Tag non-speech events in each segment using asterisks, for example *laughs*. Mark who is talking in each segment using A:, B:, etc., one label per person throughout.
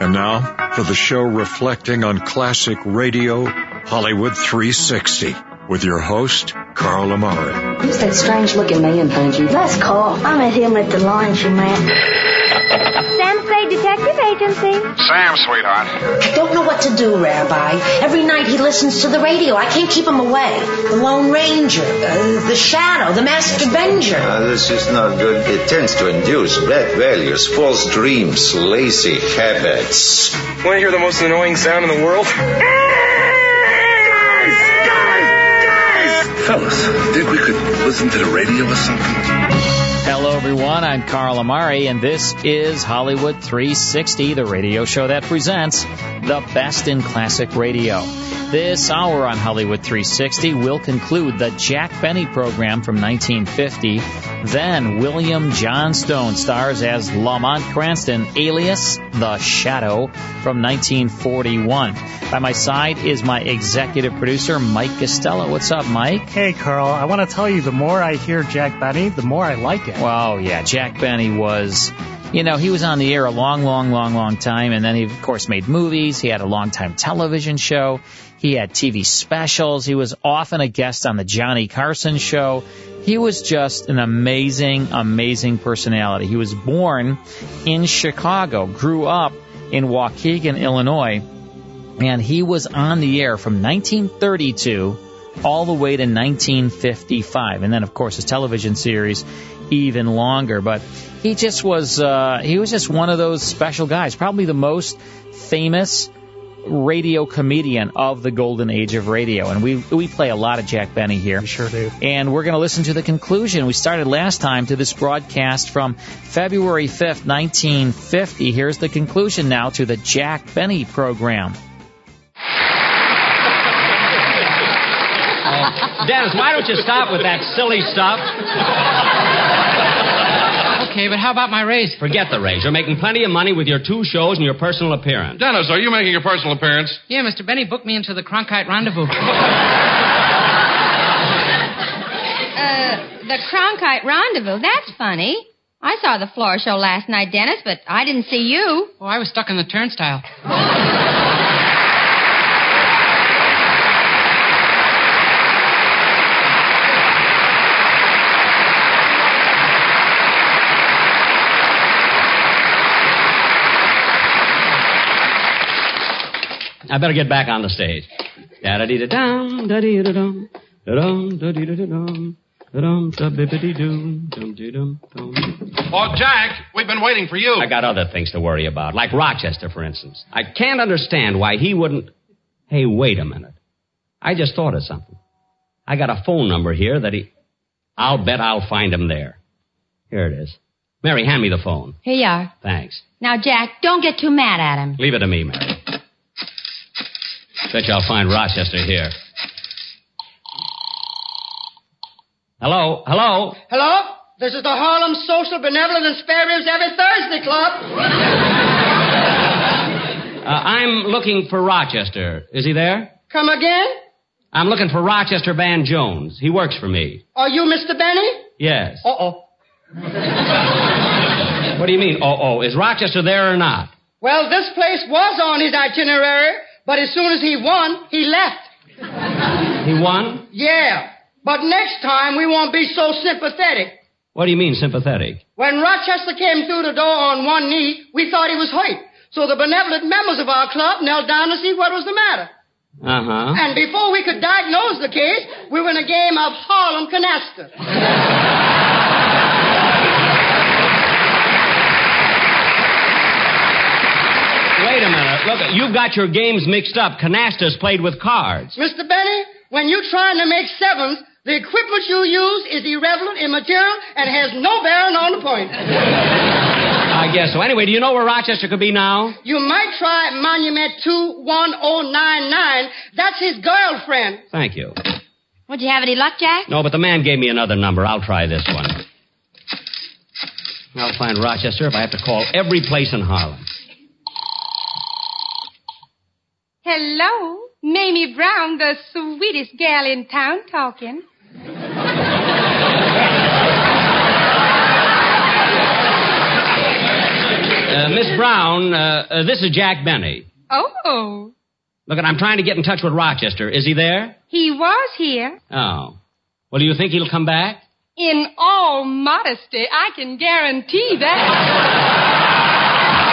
A: And now for the show reflecting on classic radio, Hollywood 360, with your host, Carl Amari.
B: Who's that strange looking man behind you?
C: That's Carl. I met him at the laundry man.
D: Sam Clay Detective Agency.
E: Sam, sweetheart.
B: I don't know what to do, Rabbi. Every night he listens to the radio. I can't keep him away. The Lone Ranger, uh, the Shadow, the Masked Avenger.
F: Uh, this is not good. It tends to induce bad values, false dreams, lazy habits.
G: Want to hear the most annoying sound in the world?
H: Fellas, think we could listen to the radio or something?
I: Hello, everyone. I'm Carl Amari, and this is Hollywood 360, the radio show that presents the best in classic radio. This hour on Hollywood 360 will conclude the Jack Benny program from 1950. Then William Johnstone stars as Lamont Cranston, alias The Shadow, from 1941. By my side is my executive producer, Mike Costello. What's up, Mike?
J: Hey, Carl, I want to tell you the more I hear Jack Benny, the more I like it.
I: Wow, yeah, Jack Benny was, you know, he was on the air a long, long, long, long time, and then he of course made movies. He had a long time television show. He had TV specials. He was often a guest on the Johnny Carson show. He was just an amazing, amazing personality. He was born in Chicago, grew up in Waukegan, Illinois, and he was on the air from 1932 all the way to 1955. And then, of course, his television series even longer. But he just was, uh, he was just one of those special guys, probably the most famous radio comedian of the golden age of radio. And we, we play a lot of Jack Benny here.
J: Sure do.
I: And we're going to listen to the conclusion. We started last time to this broadcast from February 5th, 1950. Here's the conclusion now to the Jack Benny program.
K: *laughs* Dennis, why don't you stop with that silly stuff? Okay, but how about my raise? Forget the raise. You're making plenty of money with your two shows and your personal appearance.
E: Dennis, are you making a personal appearance?
L: Yeah, Mr. Benny booked me into the Cronkite Rendezvous.
D: Uh, the Cronkite Rendezvous. That's funny. I saw the floor show last night, Dennis, but I didn't see you.
L: Oh, I was stuck in the turnstile.
K: I better get back on the stage. Da da dee da dum, da dee da dum, da dum, da dee da dum, da dum, da bibbidi doo, dum dee dum dum.
E: Oh, Jack, we've been waiting for you.
K: I got other things to worry about, like Rochester, for instance. I can't understand why he wouldn't. Hey, wait a minute. I just thought of something. I got a phone number here that he. I'll bet I'll find him there. Here it is. Mary, hand me the phone.
D: Here you are.
K: Thanks.
D: Now, Jack, don't get too mad at him.
K: Leave it to me, Mary. Bet you I'll find Rochester here. Hello, hello.
M: Hello? This is the Harlem Social Benevolent and Spare Ribs Every Thursday Club.
K: Uh, I'm looking for Rochester. Is he there?
M: Come again?
K: I'm looking for Rochester Van Jones. He works for me.
M: Are you Mr. Benny?
K: Yes.
M: Uh-oh.
K: What do you mean? Oh, oh, is Rochester there or not?
M: Well, this place was on his itinerary, but as soon as he won, he left.
K: He won?
M: Yeah. But next time we won't be so sympathetic.
K: What do you mean sympathetic?
M: When Rochester came through the door on one knee, we thought he was hurt. So the benevolent members of our club knelt down to see what was the matter.
K: Uh huh.
M: And before we could diagnose the case, we were in a game of Harlem canasta.
K: Wait a minute. Look, you've got your games mixed up. Canasta's played with cards.
M: Mr. Benny, when you're trying to make sevens, the equipment you use is irrelevant, immaterial, and has no bearing on the point.
K: I guess so. Anyway, do you know where Rochester could be now?
M: You might try Monument 21099. That's his girlfriend.
K: Thank you.
D: Would you have any luck, Jack?
K: No, but the man gave me another number. I'll try this one. I'll find Rochester if I have to call every place in Harlem.
D: Hello. Mamie Brown, the sweetest gal in town, talking.
K: Uh, Uh, Miss Brown, uh, uh, this is Jack Benny.
N: Oh,
K: Look, I'm trying to get in touch with Rochester. Is he there?
N: he was here.
K: Oh. Well, do you think he'll come back?
N: In all modesty, I can guarantee that.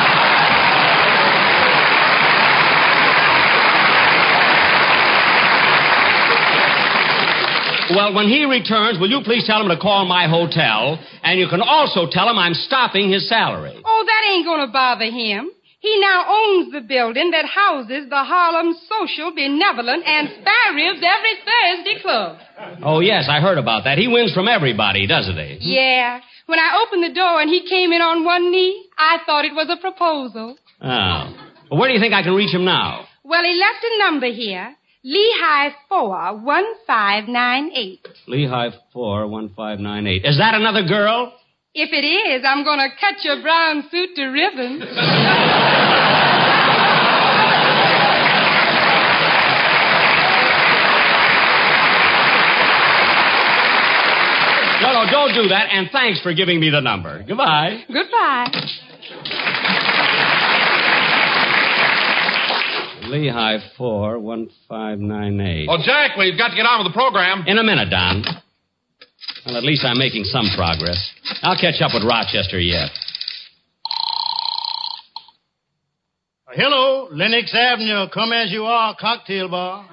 K: Well, when he returns, will you please tell him to call my hotel? And you can also tell him I'm stopping his salary.
N: Oh, that ain't gonna bother him. He now owns the building that houses the Harlem Social, Benevolent, and Spy Ribs Every Thursday Club.
K: Oh, yes, I heard about that. He wins from everybody, doesn't he?
N: Yeah. When I opened the door and he came in on one knee, I thought it was a proposal.
K: Oh. Well, where do you think I can reach him now?
N: Well, he left a number here. Lehigh 4 1598.
K: Lehigh 41598. Is that another girl?
N: If it is, I'm gonna cut your brown suit to ribbons. *laughs*
K: No, no, don't do that. And thanks for giving me the number. Goodbye.
N: Goodbye.
K: Lehigh 41598.
E: Oh, Jack, we've got to get on with the program.
K: In a minute, Don. Well, at least I'm making some progress. I'll catch up with Rochester yet.
O: Hello, Lenox Avenue, come as you are, cocktail bar.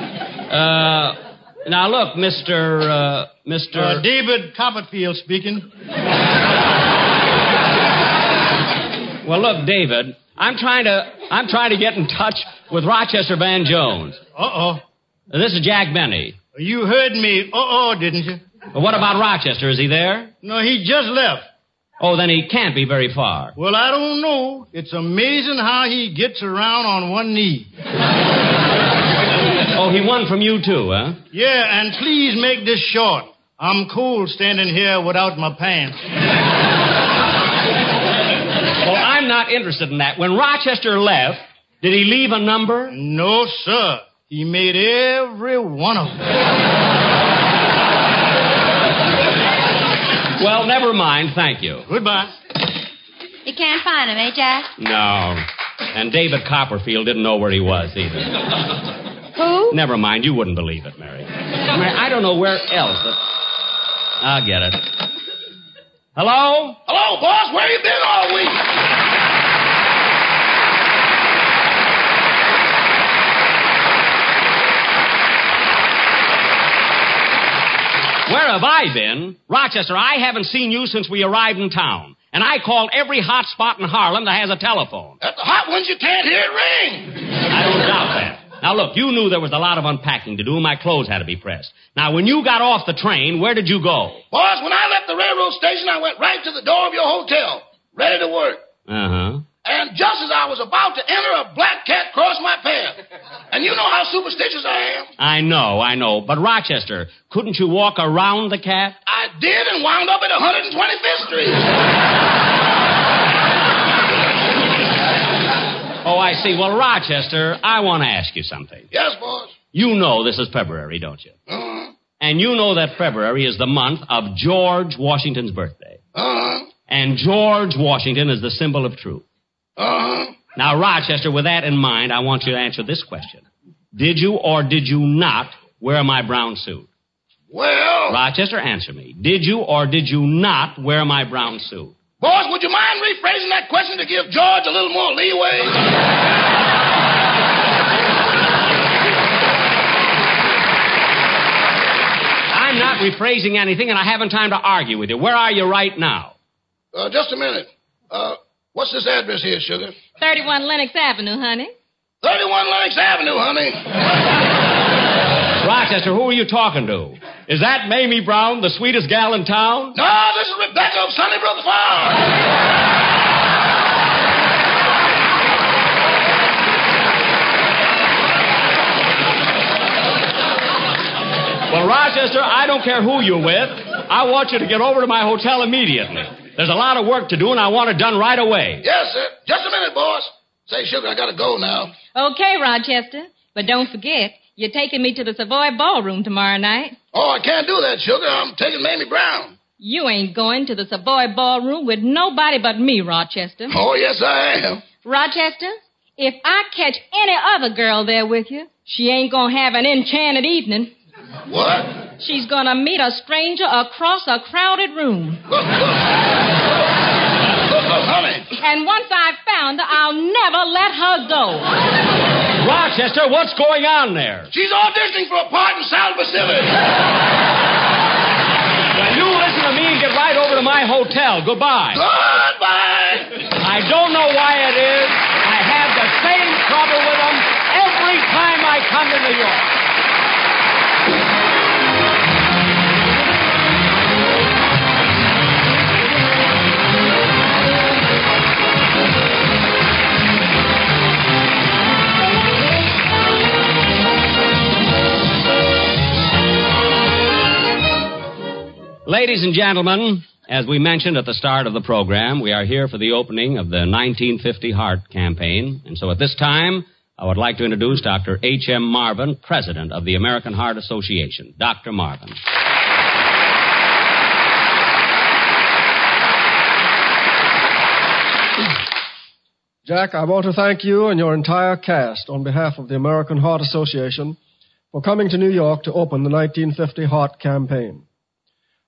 K: Uh, now look, Mr. Uh, Mr.
O: Uh, David Copperfield speaking.
K: well, look, David. I'm trying to I'm trying to get in touch with Rochester Van Jones.
O: Uh-oh.
K: This is Jack Benny.
O: You heard me, uh-oh, didn't you?
K: Well, What about Rochester? Is he there?
O: No, he just left.
K: Oh, then he can't be very far.
O: Well, I don't know. It's amazing how he gets around on one knee.
K: Oh, he won from you too, huh?
O: Yeah, and please make this short. I'm cold standing here without my pants.
K: Well, I'm not interested in that. When Rochester left, did he leave a number?
O: No, sir. He made every one of them.
K: Well, never mind. Thank you.
O: Goodbye.
N: You can't find him, eh, Jack?
K: No. And David Copperfield didn't know where he was either.
N: Who?
K: Never mind. You wouldn't believe it, Mary. Mary I don't know where else. But I'll get it. Hello?
P: Hello, boss. Where you been all week?
K: Where have I been? Rochester, I haven't seen you since we arrived in town. And I called every hot spot in Harlem that has a telephone.
P: That's the hot ones you can't hear it ring.
K: I don't doubt that. Now look, you knew there was a lot of unpacking to do. My clothes had to be pressed. Now, when you got off the train, where did you go?
P: Boss, when I left the railroad station, I went right to the door of your hotel, ready to work.
K: Uh huh.
P: And just as I was about to enter, a black cat crossed my path. And you know how superstitious I am.
K: I know, I know. But Rochester, couldn't you walk around the cat?
P: I did and wound up at 125th Street.
K: Oh, I see. Well, Rochester, I want to ask you something.
P: yes, boss.
K: You know this is February, don't you?
P: Uh-huh.
K: And you know that February is the month of George Washington's birthday.
P: Uh-huh.
K: And George Washington is the symbol of truth.
P: Uh-huh.
K: Now, Rochester, with that in mind, I want you to answer this question. Did you or did you not wear my brown suit?
P: Well,
K: Rochester, answer me. Did you or did you not wear my brown suit?
P: boss, would you mind rephrasing that question to give George a little more leeway?
K: I'm not rephrasing anything, and I haven't time to argue with you. Where are you right now?
P: Uh, just a minute. Uh, what's this address here, sugar?
N: 31 Lenox Avenue, honey.
P: 31 Lenox Avenue, honey.
K: Rochester, who are you talking to? Is that Mamie Brown, the sweetest gal in town?
P: No, this is Rebecca of Sunnybrook Farm.
K: Well, Rochester, I don't care who you're with. I want you to get over to my hotel immediately. There's a lot of work to do, and I want it done right away.
P: Yes, sir. Just a minute, boss. Say, sugar, I gotta go now.
N: Okay, Rochester. But don't forget,
Q: You're taking me to the Savoy Ballroom tomorrow night.
P: Oh, I can't do that, sugar. I'm taking Mamie Brown.
Q: You ain't going to the Savoy Ballroom with nobody but me, Rochester.
P: Oh, yes, I am.
Q: Rochester, if I catch any other girl there with you, she ain't gonna have an enchanted evening.
P: What?
Q: She's gonna meet a stranger across a crowded room.
P: Honey.
Q: And once I've found her, I'll never let her go.
K: Rochester, what's going on there?
P: She's auditioning for a part in South Pacific.
K: You listen to me and get right over to my hotel. Goodbye.
P: Goodbye.
K: I don't know why it is. I have the same trouble with them every time I come to New York. Ladies and gentlemen, as we mentioned at the start of the program, we are here for the opening of the 1950 Heart Campaign. And so at this time, I would like to introduce Dr. H.M. Marvin, President of the American Heart Association. Dr. Marvin.
R: Jack, I want to thank you and your entire cast on behalf of the American Heart Association for coming to New York to open the 1950 Heart Campaign.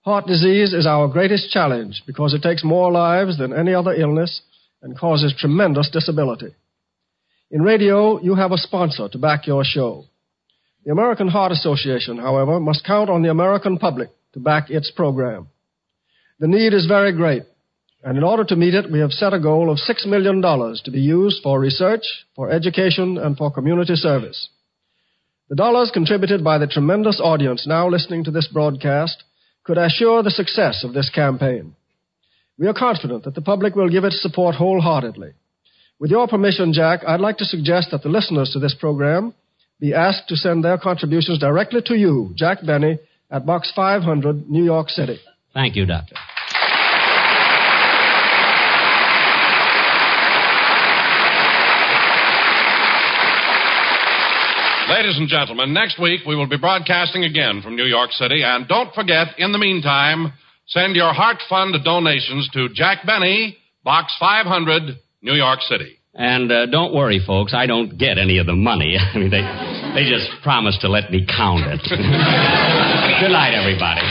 R: Heart disease is our greatest challenge because it takes more lives than any other illness and causes tremendous disability. In radio, you have a sponsor to back your show. The American Heart Association, however, must count on the American public to back its program. The need is very great, and in order to meet it, we have set a goal of $6 million to be used for research, for education, and for community service. The dollars contributed by the tremendous audience now listening to this broadcast could assure the success of this campaign. We are confident that the public will give its support wholeheartedly. With your permission, Jack, I'd like to suggest that the listeners to this program be asked to send their contributions directly to you, Jack Benny, at Box 500, New York City.
K: Thank you, Doctor.
E: Ladies and gentlemen, next week we will be broadcasting again from New York City. And don't forget, in the meantime, send your Heart Fund donations to Jack Benny, Box 500, New York City.
K: And uh, don't worry, folks, I don't get any of the money. *laughs* I mean, they, they just promised to let me count it. *laughs* Good night, everybody.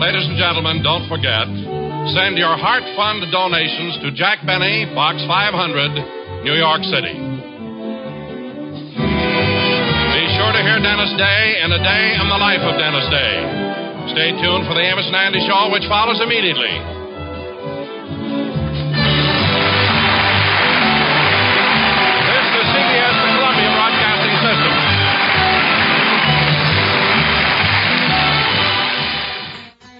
E: Ladies and gentlemen, don't forget, send your Heart Fund donations to Jack Benny, Box 500, New York City. Be sure to hear Dennis Day and A Day in the Life of Dennis Day. Stay tuned for the Amos and Andy Show, which follows immediately. This is CBS, the Columbia Broadcasting System.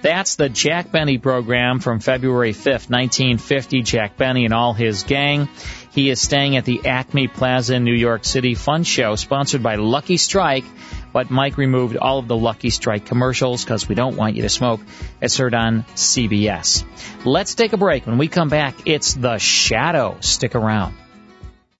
S: That's the Jack Benny program from February 5th, 1950. Jack Benny and all his gang. He is staying at the Acme Plaza in New York City Fun Show, sponsored by Lucky Strike. But Mike removed all of the Lucky Strike commercials because we don't want you to smoke. It's heard on CBS. Let's take a break. When we come back, it's The Shadow. Stick around.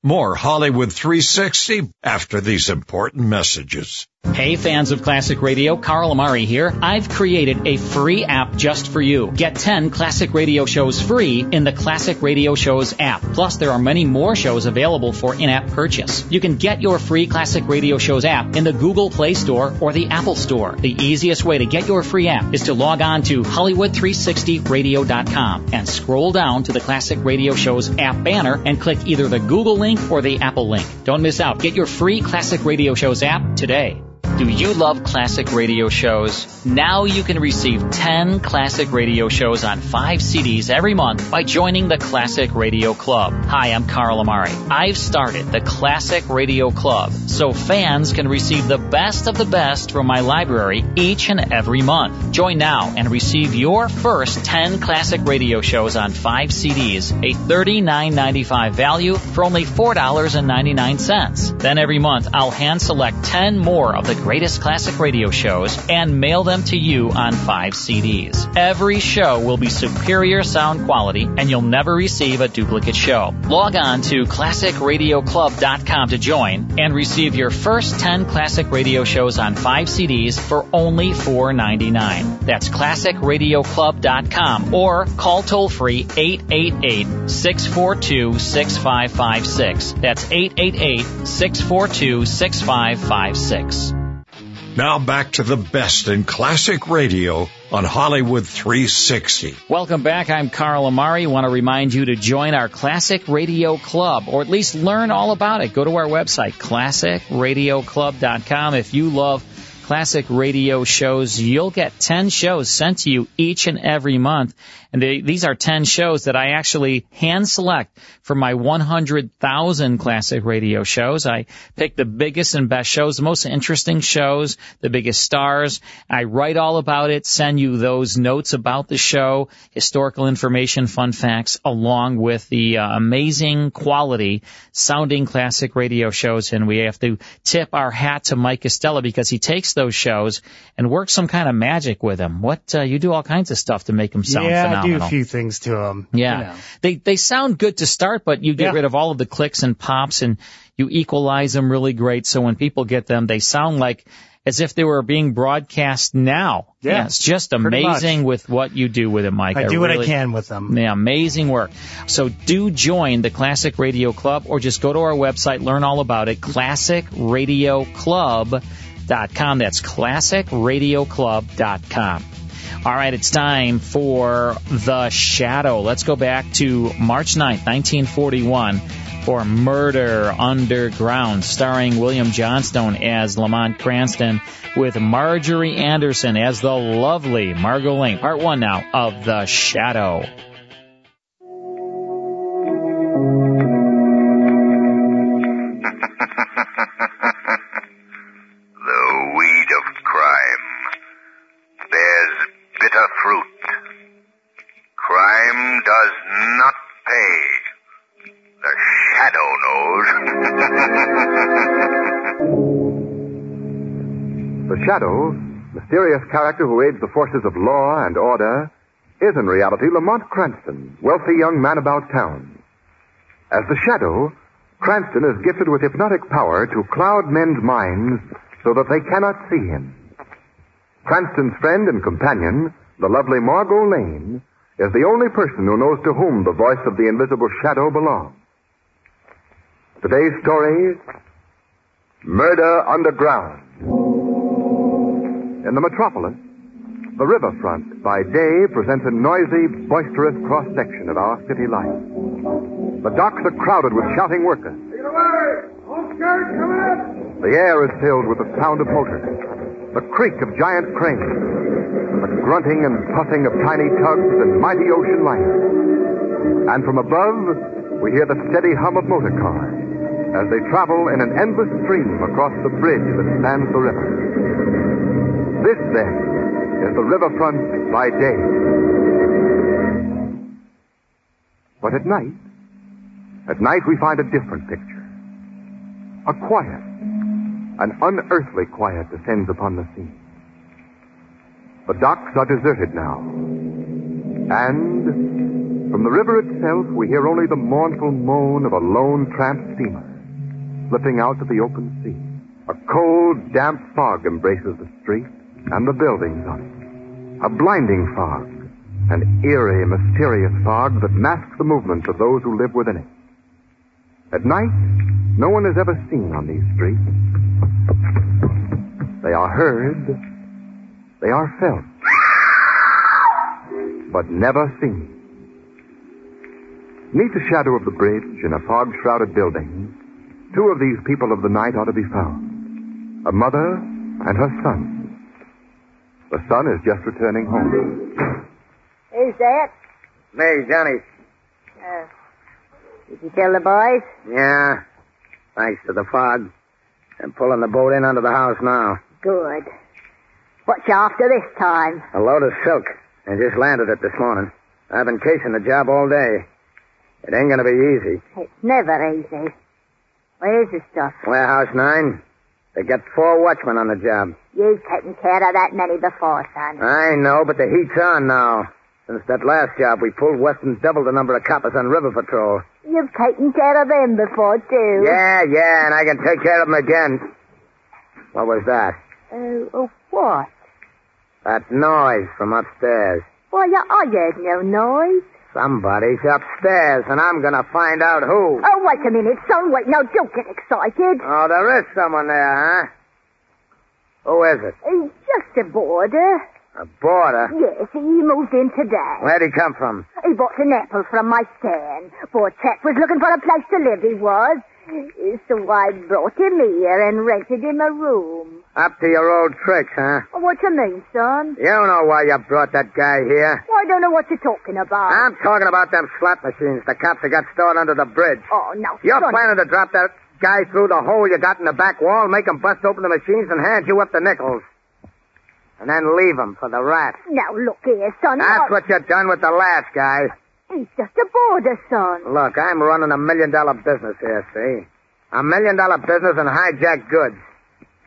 A: More Hollywood 360 after these important messages.
S: Hey fans of classic radio, Carl Amari here. I've created a free app just for you. Get 10 classic radio shows free in the Classic Radio Shows app. Plus, there are many more shows available for in-app purchase. You can get your free Classic Radio Shows app in the Google Play Store or the Apple Store. The easiest way to get your free app is to log on to hollywood360radio.com and scroll down to the Classic Radio Shows app banner and click either the Google link or the Apple link. Don't miss out. Get your free Classic Radio Shows app today.
I: Do you love classic radio shows? Now you can receive 10 classic radio shows on 5 CDs every month by joining the Classic Radio Club. Hi, I'm Carl Amari. I've started the Classic Radio Club so fans can receive the best of the best from my library each and every month. Join now and receive your first 10 classic radio shows on 5 CDs, a $39.95 value for only $4.99. Then every month I'll hand select 10 more of the greatest classic radio shows and mail them to you on five CDs. Every show will be superior sound quality and you'll never receive a duplicate show. Log on to classicradioclub.com to join and receive your first 10 classic radio shows on five CDs for only $4.99. That's classicradioclub.com or call toll free 888 642 6556. That's 888 642 6556.
A: Now back to the best in classic radio on Hollywood 360.
I: Welcome back. I'm Carl Amari. Want to remind you to join our Classic Radio Club, or at least learn all about it. Go to our website, classicradioclub.com. If you love classic radio shows, you'll get 10 shows sent to you each and every month. And they, these are 10 shows that I actually hand select from my 100,000 classic radio shows. I pick the biggest and best shows, the most interesting shows, the biggest stars. I write all about it, send you those notes about the show, historical information, fun facts, along with the uh, amazing quality sounding classic radio shows. And we have to tip our hat to Mike Estella because he takes those shows and works some kind of magic with them. What, uh, you do all kinds of stuff to make them sound
J: yeah,
I: phenomenal.
J: I do a few things to them.
I: Yeah.
J: You know.
I: They they sound good to start, but you get
J: Yeah.
I: rid of all of the clicks and pops and you equalize them really great so when people get them they sound like as if they were being broadcast now.
J: Yeah,
I: it's just
J: pretty much.
I: amazing with what you do with it, Mike.
J: I do what I
I: really-
J: can with them.
I: yeah, amazing work. So do join the Classic Radio Club or just go to our website, learn all about it, classicradioclub.com. That's classicradioclub.com. All right, it's time for The Shadow. Let's go back to March 9th, 1941 for Murder Underground, starring William Johnstone as Lamont Cranston with Marjorie Anderson as the lovely Margot Lane. Part one now of The Shadow.
T: the weed of crime bears bitter fruit. Crime does not pay. The shadow knows.
U: The Shadow, mysterious character who aids the forces of law and order, is in reality Lamont Cranston, wealthy young man about town. As the Shadow, Cranston is gifted with hypnotic power to cloud men's minds so that they cannot see him. Cranston's friend and companion, the lovely Margot Lane, is the only person who knows to whom the voice of the invisible Shadow belongs. Today's story, Murder Underground. In the metropolis, the riverfront by day presents a noisy, boisterous cross section of our city life. The docks are crowded with shouting workers. The air is filled with the sound of motors, the creak of giant cranes, the grunting and puffing of tiny tugs and mighty ocean liners. And from above, we hear the steady hum of motor cars as they travel in an endless stream across the bridge that spans the river. This, then, is the riverfront by day. But at night, at night we find a different picture. A quiet, an unearthly quiet descends upon the scene. The docks are deserted now. And from the river itself, we hear only the mournful moan of a lone tramp steamer slipping out to the open sea. A cold, damp fog embraces the street and the buildings on it. A blinding fog, an eerie, mysterious fog that masks the movements of those who live within it. At night, no one is ever seen on these streets. They are heard, they are felt, but never seen. Neath the shadow of the bridge, in a fog shrouded building, two of these people of the night are to be found a mother and her son. The son is just returning home.
V: Who's that?
T: Mary, Johnny.
V: Uh, did you tell the boys?
T: Yeah. Thanks to the fog. I'm pulling the boat in under the house now.
V: Good. What you after this time?
T: A load of silk. I just landed it this morning. I've been casing the job all day. It ain't gonna be easy.
V: It's never easy. Where's the stuff?
T: Warehouse 9. They got four watchmen on the job.
V: You've taken care of that many before, son.
T: I know, but the heat's on now. Since that last job we pulled, Weston's doubled the number of coppers on River Patrol.
V: You've taken care of them before, too.
T: Yeah, yeah, and I can take care of them again. What was that?
V: Oh, oh, what?
T: That noise from upstairs.
V: Well, you, I heard no noise.
T: Somebody's upstairs, and I'm gonna find out who.
V: Oh, wait a minute, son. Wait, no, don't get excited.
T: Oh, there is someone there, huh? Who is it?
V: He's just a boarder.
T: A boarder?
V: Yes, he moved in today.
T: Where'd he come from?
V: He bought an apple from my stand. Poor chap was looking for a place to live, he was. So I brought him here and rented him a room.
T: Up to your old tricks, huh?
V: What you mean, son?
T: You know why you brought that guy here.
V: Well, I don't know what you're talking about.
T: I'm talking about them slot machines the cops have got stored under the bridge.
V: Oh, no,
T: You're
V: son.
T: planning to drop that guy through the hole you got in the back wall, make him bust open the machines, and hand you up the nickels. And then leave him for the rat.
V: Now, look here, son.
T: That's
V: I-
T: what you done with the last guy.
V: He's just a boarder, son.
T: Look, I'm running a million dollar business here, see? A million dollar business and hijack goods.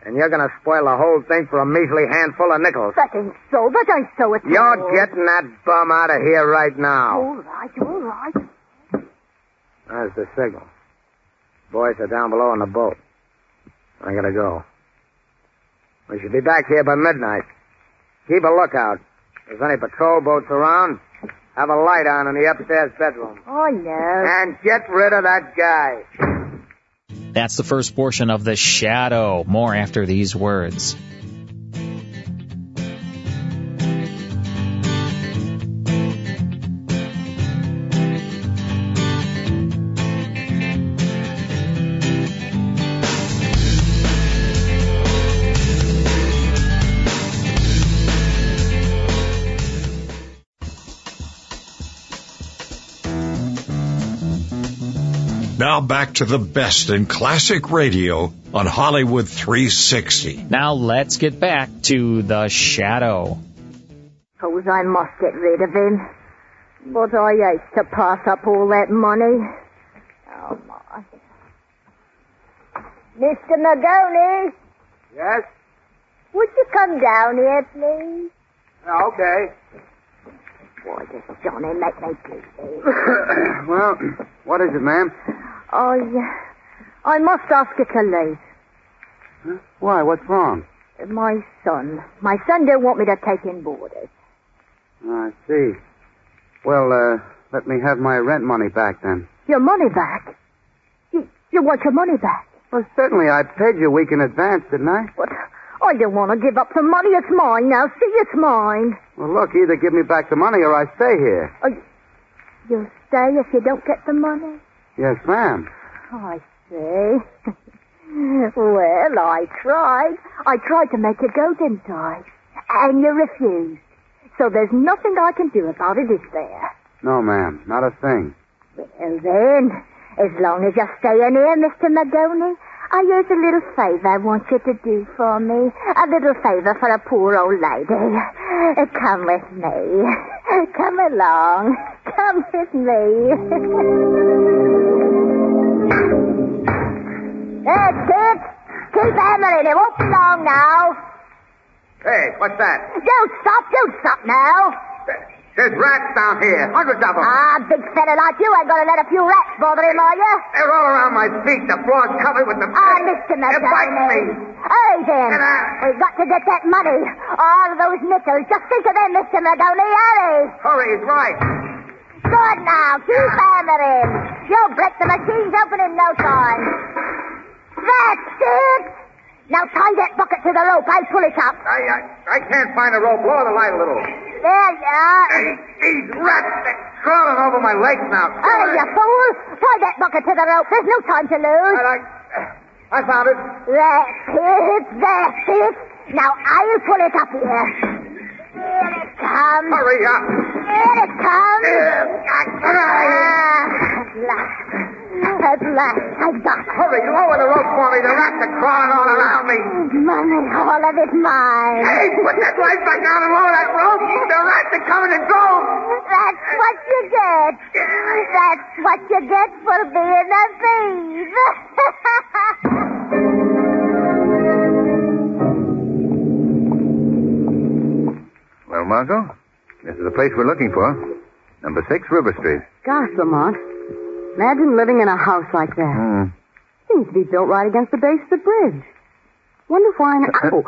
T: And you're gonna spoil the whole thing for a measly handful of nickels.
V: That ain't so. That ain't so at
T: You're
V: all.
T: getting that bum out of here right now.
V: All right, all right.
T: There's the signal. Boys are down below on the boat. I gotta go. We should be back here by midnight. Keep a lookout. If there's any patrol boats around, have a light on in the upstairs bedroom.
V: Oh, no.
T: And get rid of that guy.
S: That's the first portion of The Shadow. More after these words.
A: Now back to the best in classic radio on Hollywood 360.
S: Now let's get back to The Shadow.
V: Suppose I must get rid of him. But I hate to pass up all that money. Oh, my. Mr. Magoni,
T: *laughs* Yes?
V: would you come down here, please?
T: Okay.
V: Boy, does Johnny make me sleepy.
T: *coughs* well, what is it, ma'am?
V: I, uh, I must ask you to leave.
T: Why, what's wrong?
V: My son, my son don't want me to take in boarders.
T: I see. Well, uh, let me have my rent money back then.
V: Your money back? You, you want your money back?
T: Well, certainly I paid you a week in advance, didn't I?
V: But I don't want to give up the money. It's mine now. See, it's mine.
T: Well, look, either give me back the money or I stay here.
V: Oh, you'll stay if you don't get the money?
T: Yes, ma'am.
V: I see. *laughs* well, I tried. I tried to make you go, didn't I? And you refused. So there's nothing I can do about it, is there?
T: No, ma'am, not a thing.
V: Well, then, as long as you're staying here, Mr. Madoni, I here's a little favor I want you to do for me. A little favor for a poor old lady. Uh, Come with me. Come along. Come with me. That's it. Keep hammering. It won't be long now.
T: Hey, what's that?
V: Don't stop. Don't stop now.
T: There's rats down here, hundreds of them.
V: Ah, big fella like you ain't gonna let a few rats bother him, are you?
T: They're all around my feet. The floor's covered with them.
V: Ah, listen,
T: It bites me.
V: Hey, then. We've got to get that money. All those nickels. Just think of them, Mr. Magoni. Hurry.
T: Hurry, he's right.
V: Good now. Keep hammering. You'll break the machines open in no time. That's it. Now tie that bucket to the rope. I'll pull it up.
T: I, I, I can't find the rope. Lower the light a little.
V: There you are.
T: Hey, these rats, they're crawling over my legs now.
V: Hurry, Oh, you fool. Tie that bucket to the rope. There's no time to lose.
T: I, I found it.
V: That's it. That's it. Now I'll pull it up here. Here it comes.
T: Hurry up.
V: Here it comes. Ah, at last. At last. I got it.
T: Hurry, lower the rope for me. The rats are crawling all around me.
V: Money, all of it mine.
T: Hey, put that light back down and lower that rope. The rats are coming to go.
V: That's what you get. That's what you get for being a thief.
H: Carol Margot. This is the place we're looking for. Number six River Street.
W: Gosh, Lamont. Imagine living in a house like that.
H: Hmm.
W: Seems to be built right against the base of the bridge. Wonder why an... Oh,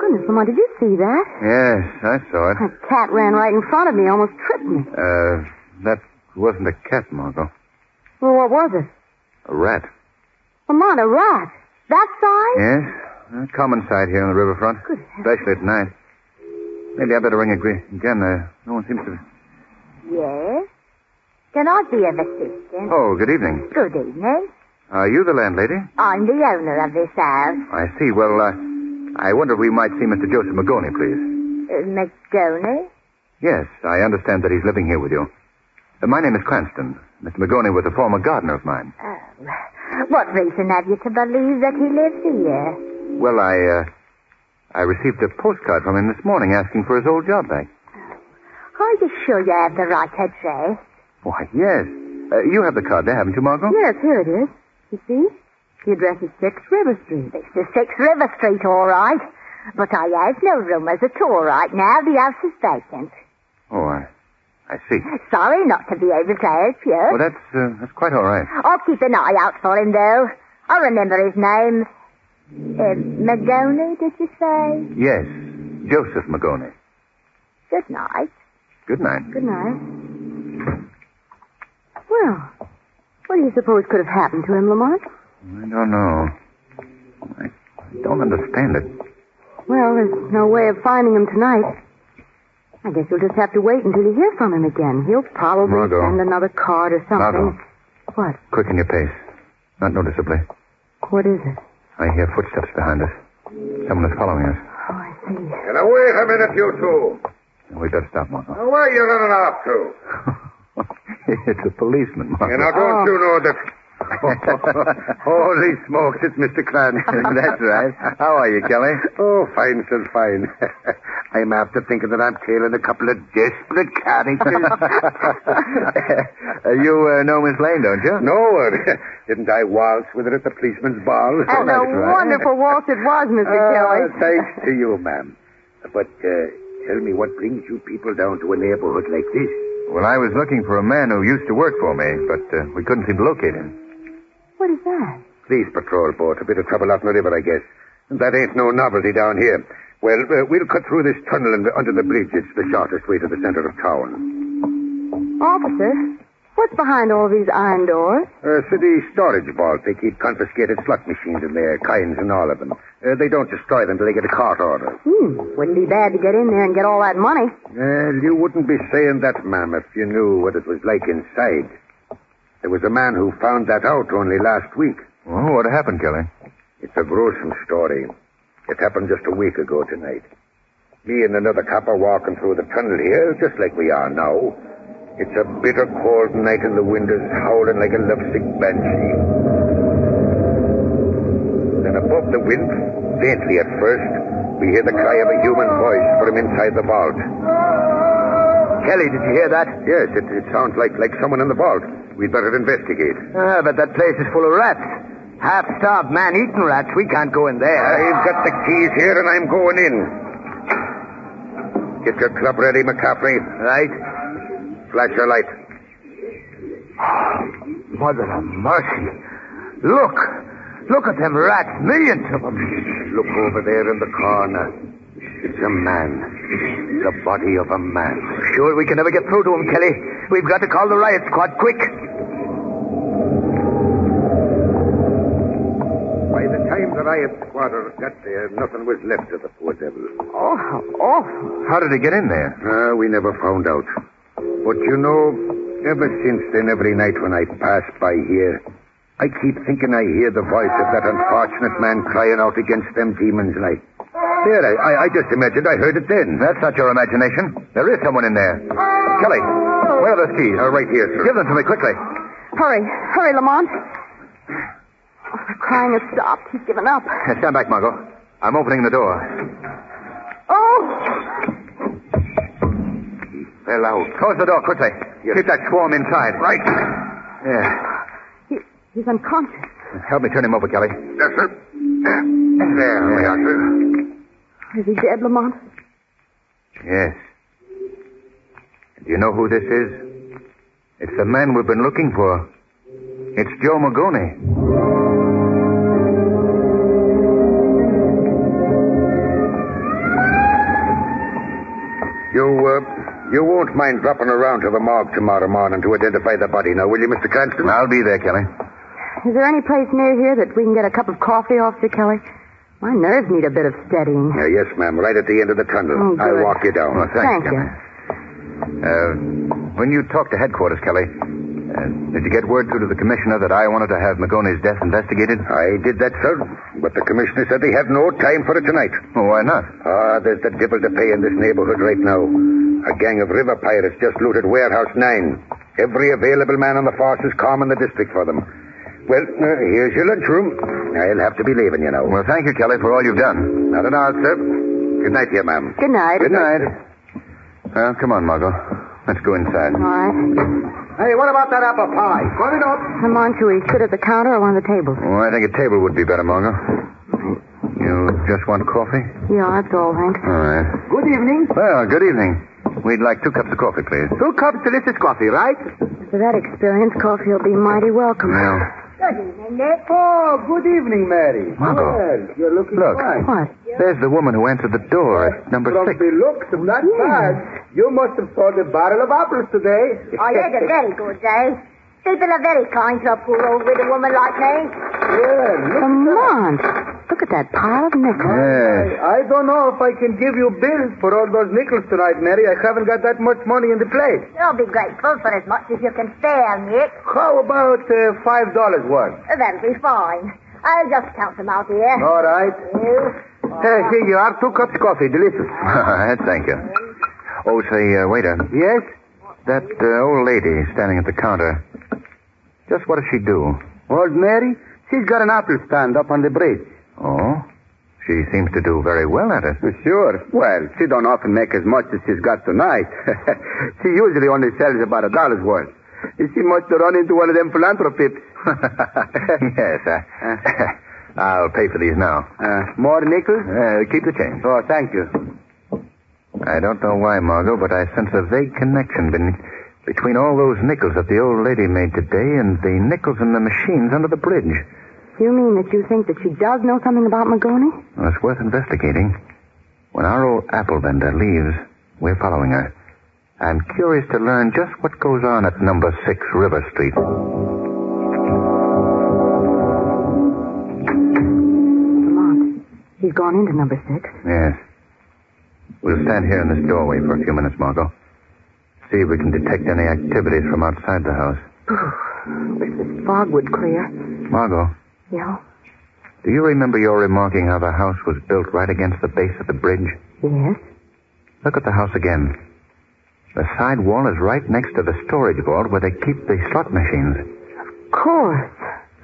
W: goodness, Lamont, did you see that?
H: Yes, I saw it.
W: A cat ran right in front of me, almost tripped me.
H: Uh, that wasn't a cat, Margot.
W: Well, what was it?
H: A rat.
W: Lamont, a rat. That size?
H: Yes? A common sight here on the riverfront. Especially at night. Maybe I better ring agree. again. Uh, no one seems to.
V: Yes? Can I be of assistance?
H: Oh, good evening.
V: Good evening.
H: Are you the landlady?
V: I'm the owner of this house.
H: I see. Well, uh, I wonder if we might see Mr. Joseph Magoni, please.
V: Uh, McDonald?
H: Yes, I understand that he's living here with you. Uh, my name is Cranston. Mr. Magoni was a former gardener of mine.
V: What reason have you to believe that he lives here?
H: Well, I, uh, I received a postcard from him this morning asking for his old job back.
V: Are you sure you have the right address?
H: Why, yes. Uh, you have the card there, haven't you, Margot?
W: Yes, here it is. You see? The address is 6 River Street.
V: It's the Six River Street, all right. But I have no rumors at all right now. The house is vacant.
H: Oh, I, I see.
V: Sorry not to be able to help you.
H: Well, that's, uh, that's quite all right.
V: I'll keep an eye out for him, though. I remember his name. Uh, Magoni, did you say?
H: Yes, Joseph Magoni.
V: Good night.
H: Good night.
W: Good night. Well, what do you suppose could have happened to him, Lamont?
H: I don't know. I don't understand it.
W: Well, there's no way of finding him tonight. I guess you'll just have to wait until you hear from him again. He'll probably
H: Margot.
W: send another card or something.
H: Margot.
W: What?
H: Quicken your pace. Not noticeably.
W: What is it?
H: I hear footsteps behind us. Someone is following us.
X: Now, wait a minute, you two.
H: We better stop, Margot. *laughs*
X: Now, where are you running off to?
H: it's a policeman, Margot. Oh.
X: You know, don't you know *laughs* that...
H: Holy smokes, it's Mr.
X: *laughs*
H: Cranston. That's right. How are you, Kelly?
X: Oh, fine, sir, fine. *laughs* I'm after thinking that I'm tailing a couple of desperate *laughs* characters.
H: Uh, you uh, know Miss Lane, don't you?
X: no, *laughs* uh, didn't I waltz with her at the policeman's ball? *laughs*
W: And a Oh, wonderful waltz it was, Mr.
X: Ah,
W: Kelly.
X: thanks to you, ma'am. But uh, tell me, what brings you people down to a neighborhood like this?
H: Well, I was looking for a man who used to work for me, but uh, we couldn't seem to locate him.
W: What is that?
X: Please, patrol boat, a bit of trouble out in the river, I guess. That ain't no novelty down here. Well, uh, we'll cut through this tunnel and under the bridge. It's the shortest way to the center of town.
W: Officer, what's behind all these iron doors?
X: Uh, city storage vault. They keep confiscated slot machines in there, kinds and all of them. Uh, they don't destroy them till they get a court order.
W: Hmm, wouldn't be bad to get in there and get all that money.
X: Well, you wouldn't be saying that, ma'am, if you knew what it was like inside. There was a man who found that out only last week.
H: Oh, what happened, Kelly?
X: It's a gruesome story. It happened just a week ago tonight. Me and another cop are walking through the tunnel here, just like we are now. It's a bitter cold night and the wind is howling like a lovesick banshee. Then above the wind, faintly at first, we hear the cry of a human voice from inside the vault. Kelly, did you hear that? Yes, it, it sounds like, like someone in the vault. We'd better investigate.
T: Ah, but that place is full of rats. Half-starved, man-eating rats. We can't go in there.
X: I've got the keys here and I'm going in. Get your club ready, McCaffrey. Right. Flash your light.
T: Mother of mercy. Look. Look at them rats. Millions of them.
X: Look over there in the corner. It's a man. The body of a man.
T: Sure, we can never get through to them, Kelly. We've got to call the riot squad quick.
X: By the time the riot squad got there, nothing was left of the poor devil.
T: Oh, how awful.
H: How did he get in there?
X: Uh, we never found out. But you know, ever since then, every night when I pass by here, I keep thinking I hear the voice of that unfortunate man crying out against them demons, and I. There, I, I, I just imagined I heard it then.
H: That's not your imagination. There is someone in there. Kelly, where are those keys?
X: Uh, right here, sir.
H: Give them to me quickly.
W: Hurry, hurry, Lamont. Oh, the crying has stopped. He's given up.
H: Uh, Stand back, Margot. I'm opening the door.
W: Oh!
X: Fell out.
H: Close the door quickly. Keep that swarm inside.
X: Right.
H: Yeah.
W: He's unconscious.
H: Help me turn him over, Kelly.
X: Yes, sir. There we are, sir.
W: Is he dead, Lamont?
H: Yes. Do you know who this is? It's the man we've been looking for. It's Joe Magone.
X: You, uh, you won't mind dropping around to the morgue tomorrow morning to identify the body now, will you, Mr. Cranston?
H: I'll be there, Kelly.
W: Is there any place near here that we can get a cup of coffee, Officer Kelly? My nerves need a bit of steadying.
X: Yeah, Uh, yes, ma'am, right at the end of the tunnel.
W: Oh, good.
X: I'll walk you down.
H: Well,
W: Thank
H: thanks,
W: you.
H: Kelly. Uh, when you talked to headquarters, Kelly, uh, did you get word through to the commissioner that I wanted to have Magone's death investigated?
X: I did that, sir, but the commissioner said they have no time for it tonight.
H: Well, why not?
X: Ah, there's the devil to pay in this neighborhood right now. A gang of river pirates just looted Warehouse 9. Every available man on the force is calming the district for them. Well, uh, here's your lunchroom. I'll have to be leaving, you know.
H: Well, thank you, Kelly, for all you've done.
X: Not at all, sir. Good night, dear ma'am.
W: Good night.
X: Good night.
H: Uh, come on, Margot. Let's go inside.
W: All right.
X: Hey, what about that apple pie? Cut it up.
W: Come on, should we sit at the counter or one of the tables?
H: Well, I think a table would be better, Margot. You just want coffee?
W: Yeah, that's all, thanks.
H: All right.
X: Good evening.
H: Well, good evening. We'd like two cups of coffee, please.
X: Two cups delicious coffee, right?
W: After that experience, coffee will be mighty welcome.
H: Well,
X: Good evening, Nick. Oh, good evening, Mary.
H: Margot.
X: Well, you're looking
H: Look.
X: fine.
W: What?
H: there's the woman who answered the door at number
X: From
H: six.
X: the looks, I'm not bad. You must have sold a barrel of apples today.
V: Oh, you did very good, eh? People are very kind to a poor old widow woman like me.
X: Yeah, look.
W: Come on. Look at that pile of nickels.
H: Yes.
X: I don't know if I can give you bills for all those nickels tonight, Mary. I haven't got that much money in the plate.
V: I'll be grateful for as much as you can spare, Nick.
X: How about uh, five dollars worth?
V: That'll be fine. I'll just count them out here.
X: All right.
V: You.
X: Hey, here you are. Two cups coffee. Delicious.
H: *laughs* Thank you. Oh, say, uh, waiter,
X: Yes?
H: that uh, old lady standing at the counter, just what does she do?
X: Old Mary? She's got an apple stand up on the bridge.
H: Oh, she seems to do very well at it.
X: Sure. Well, she don't often make as much as she's got tonight. *laughs* she usually only sells about a dollar's worth. She must have run into one of them *laughs* philanthropists.
H: yes, uh, *laughs* I'll pay for these now.
X: Uh, more nickels?
H: Uh, keep the change.
X: Oh, thank you.
H: I don't know why, Margot, but I sense a vague connection ben- between all those nickels that the old lady made today and the nickels in the machines under the bridge.
W: You mean that you think that she does know something about Magoni?
H: Well, it's worth investigating. When our old apple vendor leaves, we're following her. I'm curious to learn just what goes on at number six River Street.
W: Come on. She's gone into number six.
H: Yes. We'll stand here in this doorway for a few minutes, Margot. See if we can detect any activities from outside the house.
W: Wish this fog would clear.
H: Margot,
W: Yeah?
H: do you remember your remarking how the house was built right against the base of the bridge?
W: Yes?
H: Look at the house again. The side wall is right next to the storage vault where they keep the slot machines.
W: Of course.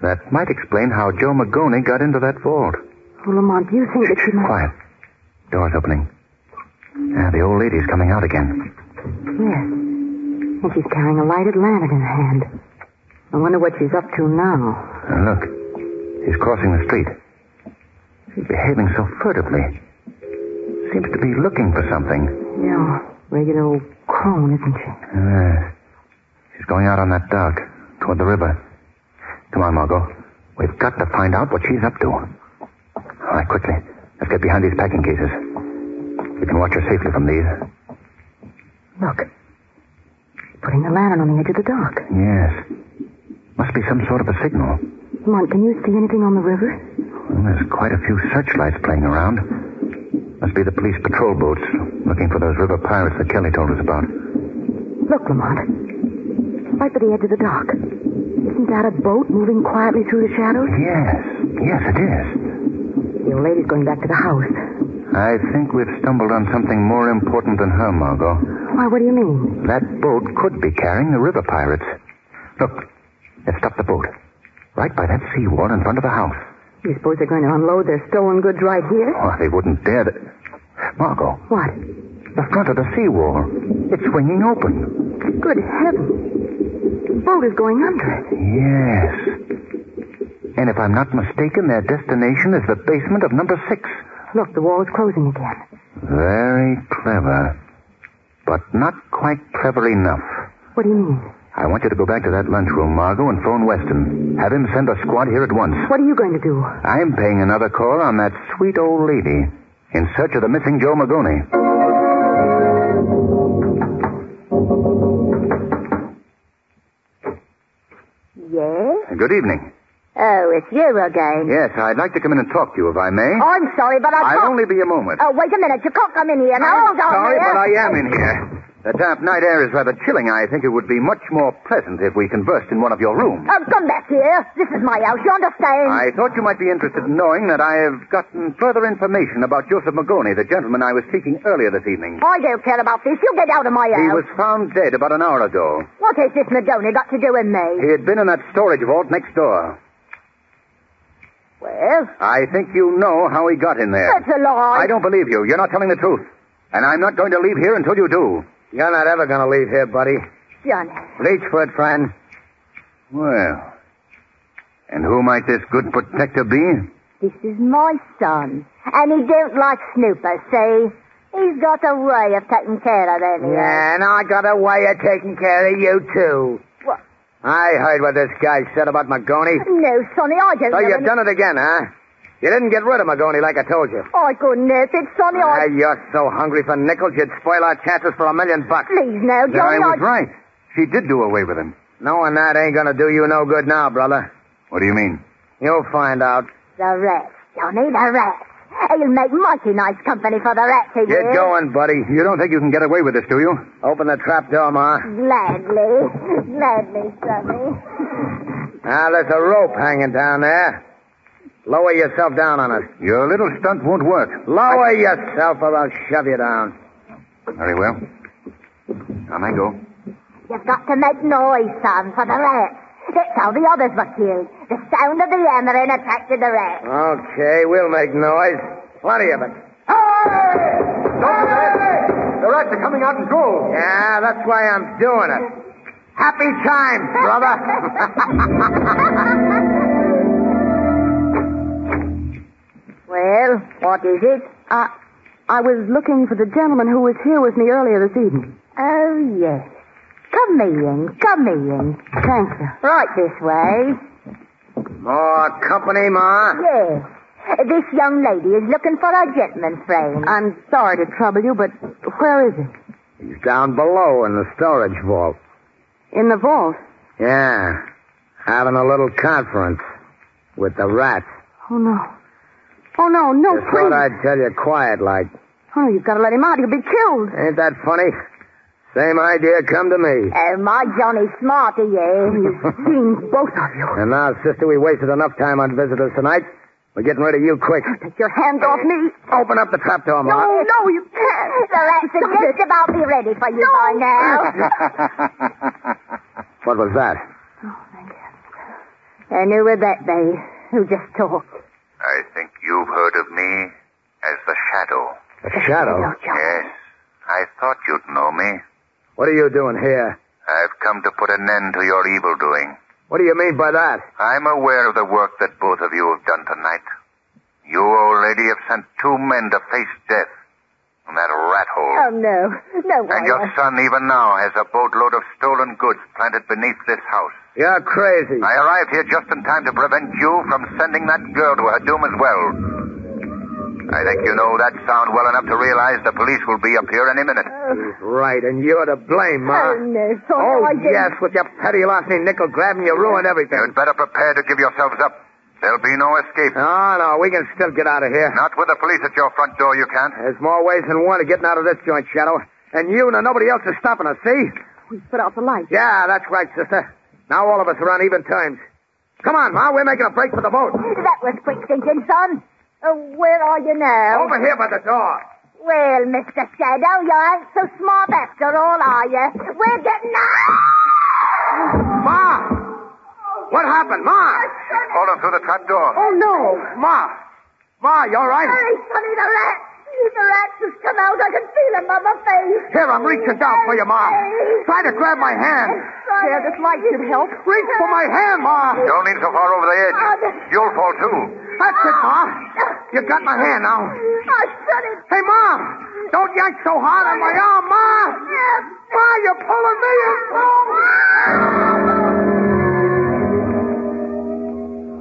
H: That might explain how Joe Magone got into that vault.
W: Oh, Lamont, do you think that she might...
H: Quiet. Door's opening. Ah, the old lady's coming out again.
W: Yes. And she's carrying a lighted lantern in her hand. I wonder what she's up to now.
H: And look, she's crossing the street. She's behaving so furtively. Seems to be looking for something.
W: Yeah. Regular old crone, isn't she?
H: Yes. Ah, She's going out on that dock toward the river. Come on, Margot. We've got to find out what she's up to. All right, quickly. Let's get behind these packing cases. You can watch her safely from these.
W: Look. Putting the lantern on the edge of the dock.
H: Yes. Must be some sort of a signal.
W: Lamont, can you see anything on the river?
H: Well, there's quite a few searchlights playing around. Must be the police patrol boats looking for those river pirates that Kelly told us about.
W: Look, Lamont. Right by the edge of the dock. Isn't that a boat moving quietly through the shadows?
H: Yes, yes, it is.
W: The old lady's going back to the house.
H: I think we've stumbled on something more important than her, Margot.
W: Why, what do you mean?
H: That boat could be carrying the river pirates. Look, they've stopped the boat. Right by that seawall in front of the house.
W: You suppose they're going to unload their stolen goods right here?
H: Oh, they wouldn't dare to... Margot,
W: What?
H: the front of the seawall. It's swinging open.
W: Good heavens. The boat is going under it.
H: Yes. And if I'm not mistaken, their destination is the basement of number six.
W: Look, the wall is closing again.
H: Very clever. but not quite clever enough.
W: What do you mean?
H: I want you to go back to that lunchroom, Margot, and phone Weston. Have him send a squad here at once.
W: What are you going to do?
H: I'm paying another call on that sweet old lady in search of the missing Joe Magone.
V: Yes?
H: Good evening.
V: Oh, it's you again.
H: Yes, I'd like to come in and talk to you, if I may.
V: Oh, I'm sorry, but I
H: I'll
V: can't.
H: only be a moment.
V: Oh, wait a minute. You can't come in here. Now,
H: I'm
V: hold on.
H: sorry,
V: will
H: but I
V: you?
H: am in here. The damp night air is rather chilling. I think it would be much more pleasant if we conversed in one of your rooms.
V: Oh, come back here. This is my house. You understand?
H: I thought you might be interested in knowing that I have gotten further information about Joseph Magone, the gentleman I was seeking earlier this evening.
V: I don't care about this. You get out of my
H: He
V: house.
H: was found dead about an hour ago.
V: What has this Madonna got to do with me?
H: He had been in that storage vault next door.
V: Well,
H: I think you know how he got in there.
V: that's a lie.
H: I don't believe you. You're not telling the truth. And I'm not going to leave here until you do.
T: You're not ever going to leave here, buddy.
V: Johnny.
T: Leechford, friend.
H: Well. And who might this good protector be?
V: This is my son. And he don't like Snooper, see? He's got a way of taking care of them. you know.
T: Yeah, and I got a way of taking care of you, too.
V: What?
T: I heard what this guy said about Magoni.
V: No, Sonny, I don't
T: So
V: know
T: you've
V: any-
T: done it again, huh? You didn't get rid of Magoni like I told you.
V: I couldn't help it, Sonny.
T: Ah,
V: I...
T: you're so hungry for nickels, you'd spoil our chances for a million bucks.
V: Please, now,
H: Then I
V: Johnny,
H: was right. She did do away with him.
T: Knowing that ain't gonna do you no good now, brother.
H: What do you mean?
T: You'll find out.
V: The rats, Johnny, the rats. He'll make mighty nice company for the rats, he
T: Get
V: will.
T: going, buddy.
H: You don't think you can get away with this, do you?
T: Open the trap door, Ma.
V: Gladly. Gladly, Sonny.
T: Now, Ah, there's a rope hanging down there. Lower yourself down on it.
H: Your little stunt won't work.
T: Lower yourself or I'll shove you down.
H: Very well. On I go.
V: You've got to make noise, son, for the rats. That's how the others were killed. The sound of the hammering attracted the rats.
T: Okay, we'll make noise. Plenty of it.
H: The rats are coming out in droves.
T: Yeah, that's why I'm doing it. Happy times, brother.
V: Well, what is it?
W: I, I was looking for the gentleman who was here with me earlier this evening.
V: Oh, yes. Come in, come in.
W: Thank you.
V: Right this way.
T: More company, Ma?
V: Yes. This young lady is looking for a gentleman friend.
W: I'm sorry to trouble you, but where is
T: *laughs*
W: he?
T: He's down below in the storage vault.
W: In the vault.
T: Yeah. Having a little conference with the rats.
W: Oh, no. Oh, no, no,
T: Just
W: please.
T: thought I'd tell you quiet like.
W: Oh, no, you've got to let him out. He'll be killed.
T: Ain't that funny? Same idea come to me.
V: Oh, my Johnny's smart, he is.
W: Jean,
T: *laughs*
W: both of you.
T: And now, sister, we wasted enough time on visitors tonight. We're getting rid of you quick.
W: Take your hand off me.
T: Open up the trap door, Ma.
W: No, no, you can't.
V: the rats are just about be ready for you by now.
T: *laughs* What was that?
V: *laughs* and who would that be? Who just talked?
H: I think you've heard of me as the Shadow.
T: A shadow?
H: Yes. I thought you'd know me.
T: What are you doing here?
H: I've come to put an end to your evil doing.
T: What do you mean by that?
H: I'm aware of the work that both of you have done tonight. You, old lady, have sent two men to face death in that rat hole.
V: Oh, no. No way.
H: And your son, even now, has a boatload of stolen goods planted beneath this house.
T: You're crazy.
H: I arrived here just in time to prevent you from sending that girl to her doom as well. I think you know that sound well enough to realize the police will be up here any minute.
T: He's right, and you're to blame, Ma.
V: Oh, no, Sonny,
T: Oh,
V: I didn't.
T: yes, with your petty larceny nickel grabbing, you ruined everything.
H: You'd better prepare to give yourselves up. There'll be no escape.
T: No, no, we can still get out of here.
H: Not with the police at your front door, you can't.
T: There's more ways than one of getting out of this joint, Shadow. And you and nobody else is stopping us, see?
W: We put out the light.
T: Yeah, that's right, sister. Now all of us are on even terms. Come on, Ma, we're making a break for the boat.
V: That was quick thinking, son. Oh, where are you now?
T: Over here by the door.
V: Well, Mr. Shadow, you ain't so smart after all, are you? We're getting out!
T: Ma! What happened, Ma?
V: Sonny,
H: Hold him through the trap door.
T: Oh, no. Ma! Ma, you all right?
V: hurry, Sonny, the rats! seen the rats has come out. I can feel them on my face.
X: Here, I'm reaching down for you, Ma. Try to grab my hand.
V: There, this light should help.
X: Reach for my hand, Ma.
H: Don't lean so far over the edge. You'll fall too.
X: That's it, Ma. You got my hand now.
V: Oh, shut it.
X: Hey, Mom! Don't yank so hard on my arm, Ma! Ma, you're pulling me along!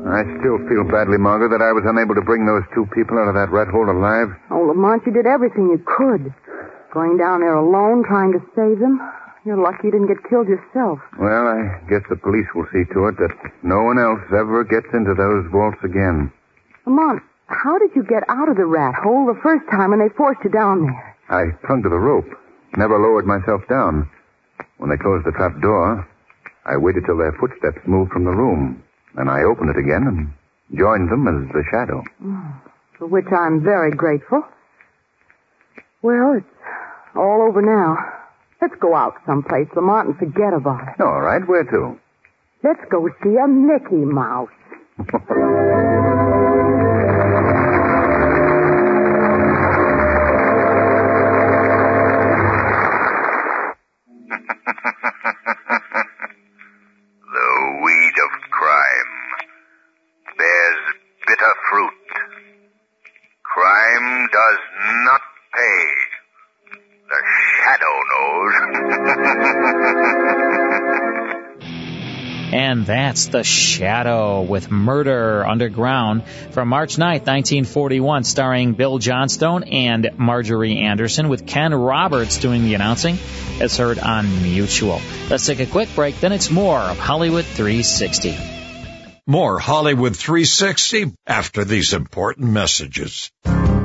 H: I still feel badly, Margot, that I was unable to bring those two people out of that rat hole alive.
W: Oh, Lamont, you did everything you could. Going down there alone, trying to save them. You're lucky you didn't get killed yourself.
H: Well, I guess the police will see to it that no one else ever gets into those vaults again.
W: Lamont, how did you get out of the rat hole the first time when they forced you down there?
H: I clung to the rope, never lowered myself down. When they closed the trap door, I waited till their footsteps moved from the room. Then I opened it again and joined them as the shadow.
W: For which I'm very grateful. Well, it's all over now. Let's go out someplace, Lamont, and forget about it.
H: All right, where to?
W: Let's go see a Mickey Mouse.
Y: The weed of crime bears bitter fruit. Crime does not pay. The shadow *laughs* knows.
I: And that's The Shadow with Murder Underground from March 9th, 1941, starring Bill Johnstone and Marjorie Anderson, with Ken Roberts doing the announcing, as heard on Mutual. Let's take a quick break, then it's more of Hollywood 360.
A: More Hollywood 360 after these important messages.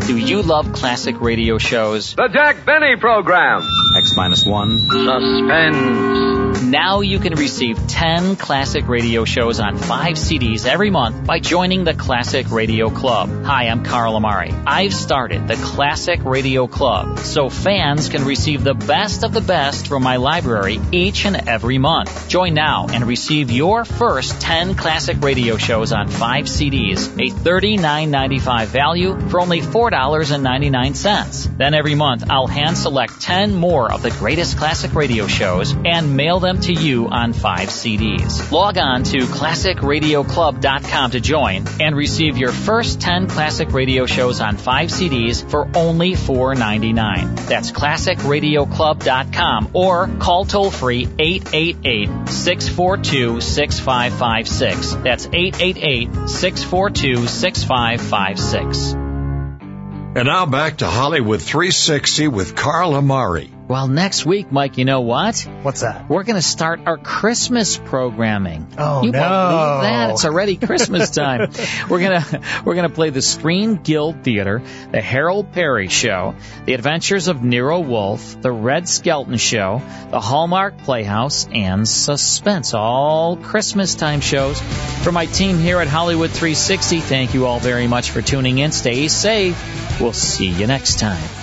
I: Do you love classic radio shows?
B: The Jack Benny Program.
I: X minus one. Suspense. Now you can receive 10 classic radio shows on 5 CDs every month by joining the Classic Radio Club. Hi, I'm Carl Amari. I've started the Classic Radio Club so fans can receive the best of the best from my library each and every month. Join now and receive your first 10 classic radio shows on 5 CDs, a $39.95 value for only $4.99. Then every month, I'll hand select 10 more of the greatest classic radio shows and mail them to you on 5 CDs. Log on to classicradioclub.com to join and receive your first 10 classic radio shows on 5 CDs for only $4.99. That's classicradioclub.com or call toll free 888-642-6556. That's 888-642-6556.
A: And now back to Hollywood 360 with Carl Amari.
I: Well, next week, Mike, you know what?
J: What's that?
I: We're going to start our Christmas programming.
J: Oh,
I: you
J: no.
I: won't believe that. It's already
J: *laughs*
I: Christmas time. we're going to we're going to play the Screen Guild Theater, the Harold Perry Show, the Adventures of Nero Wolfe, the Red Skelton Show, the Hallmark Playhouse, and Suspense. All Christmas time shows. For my team here at Hollywood 360, thank you all very much for tuning in. Stay safe. We'll see you next time.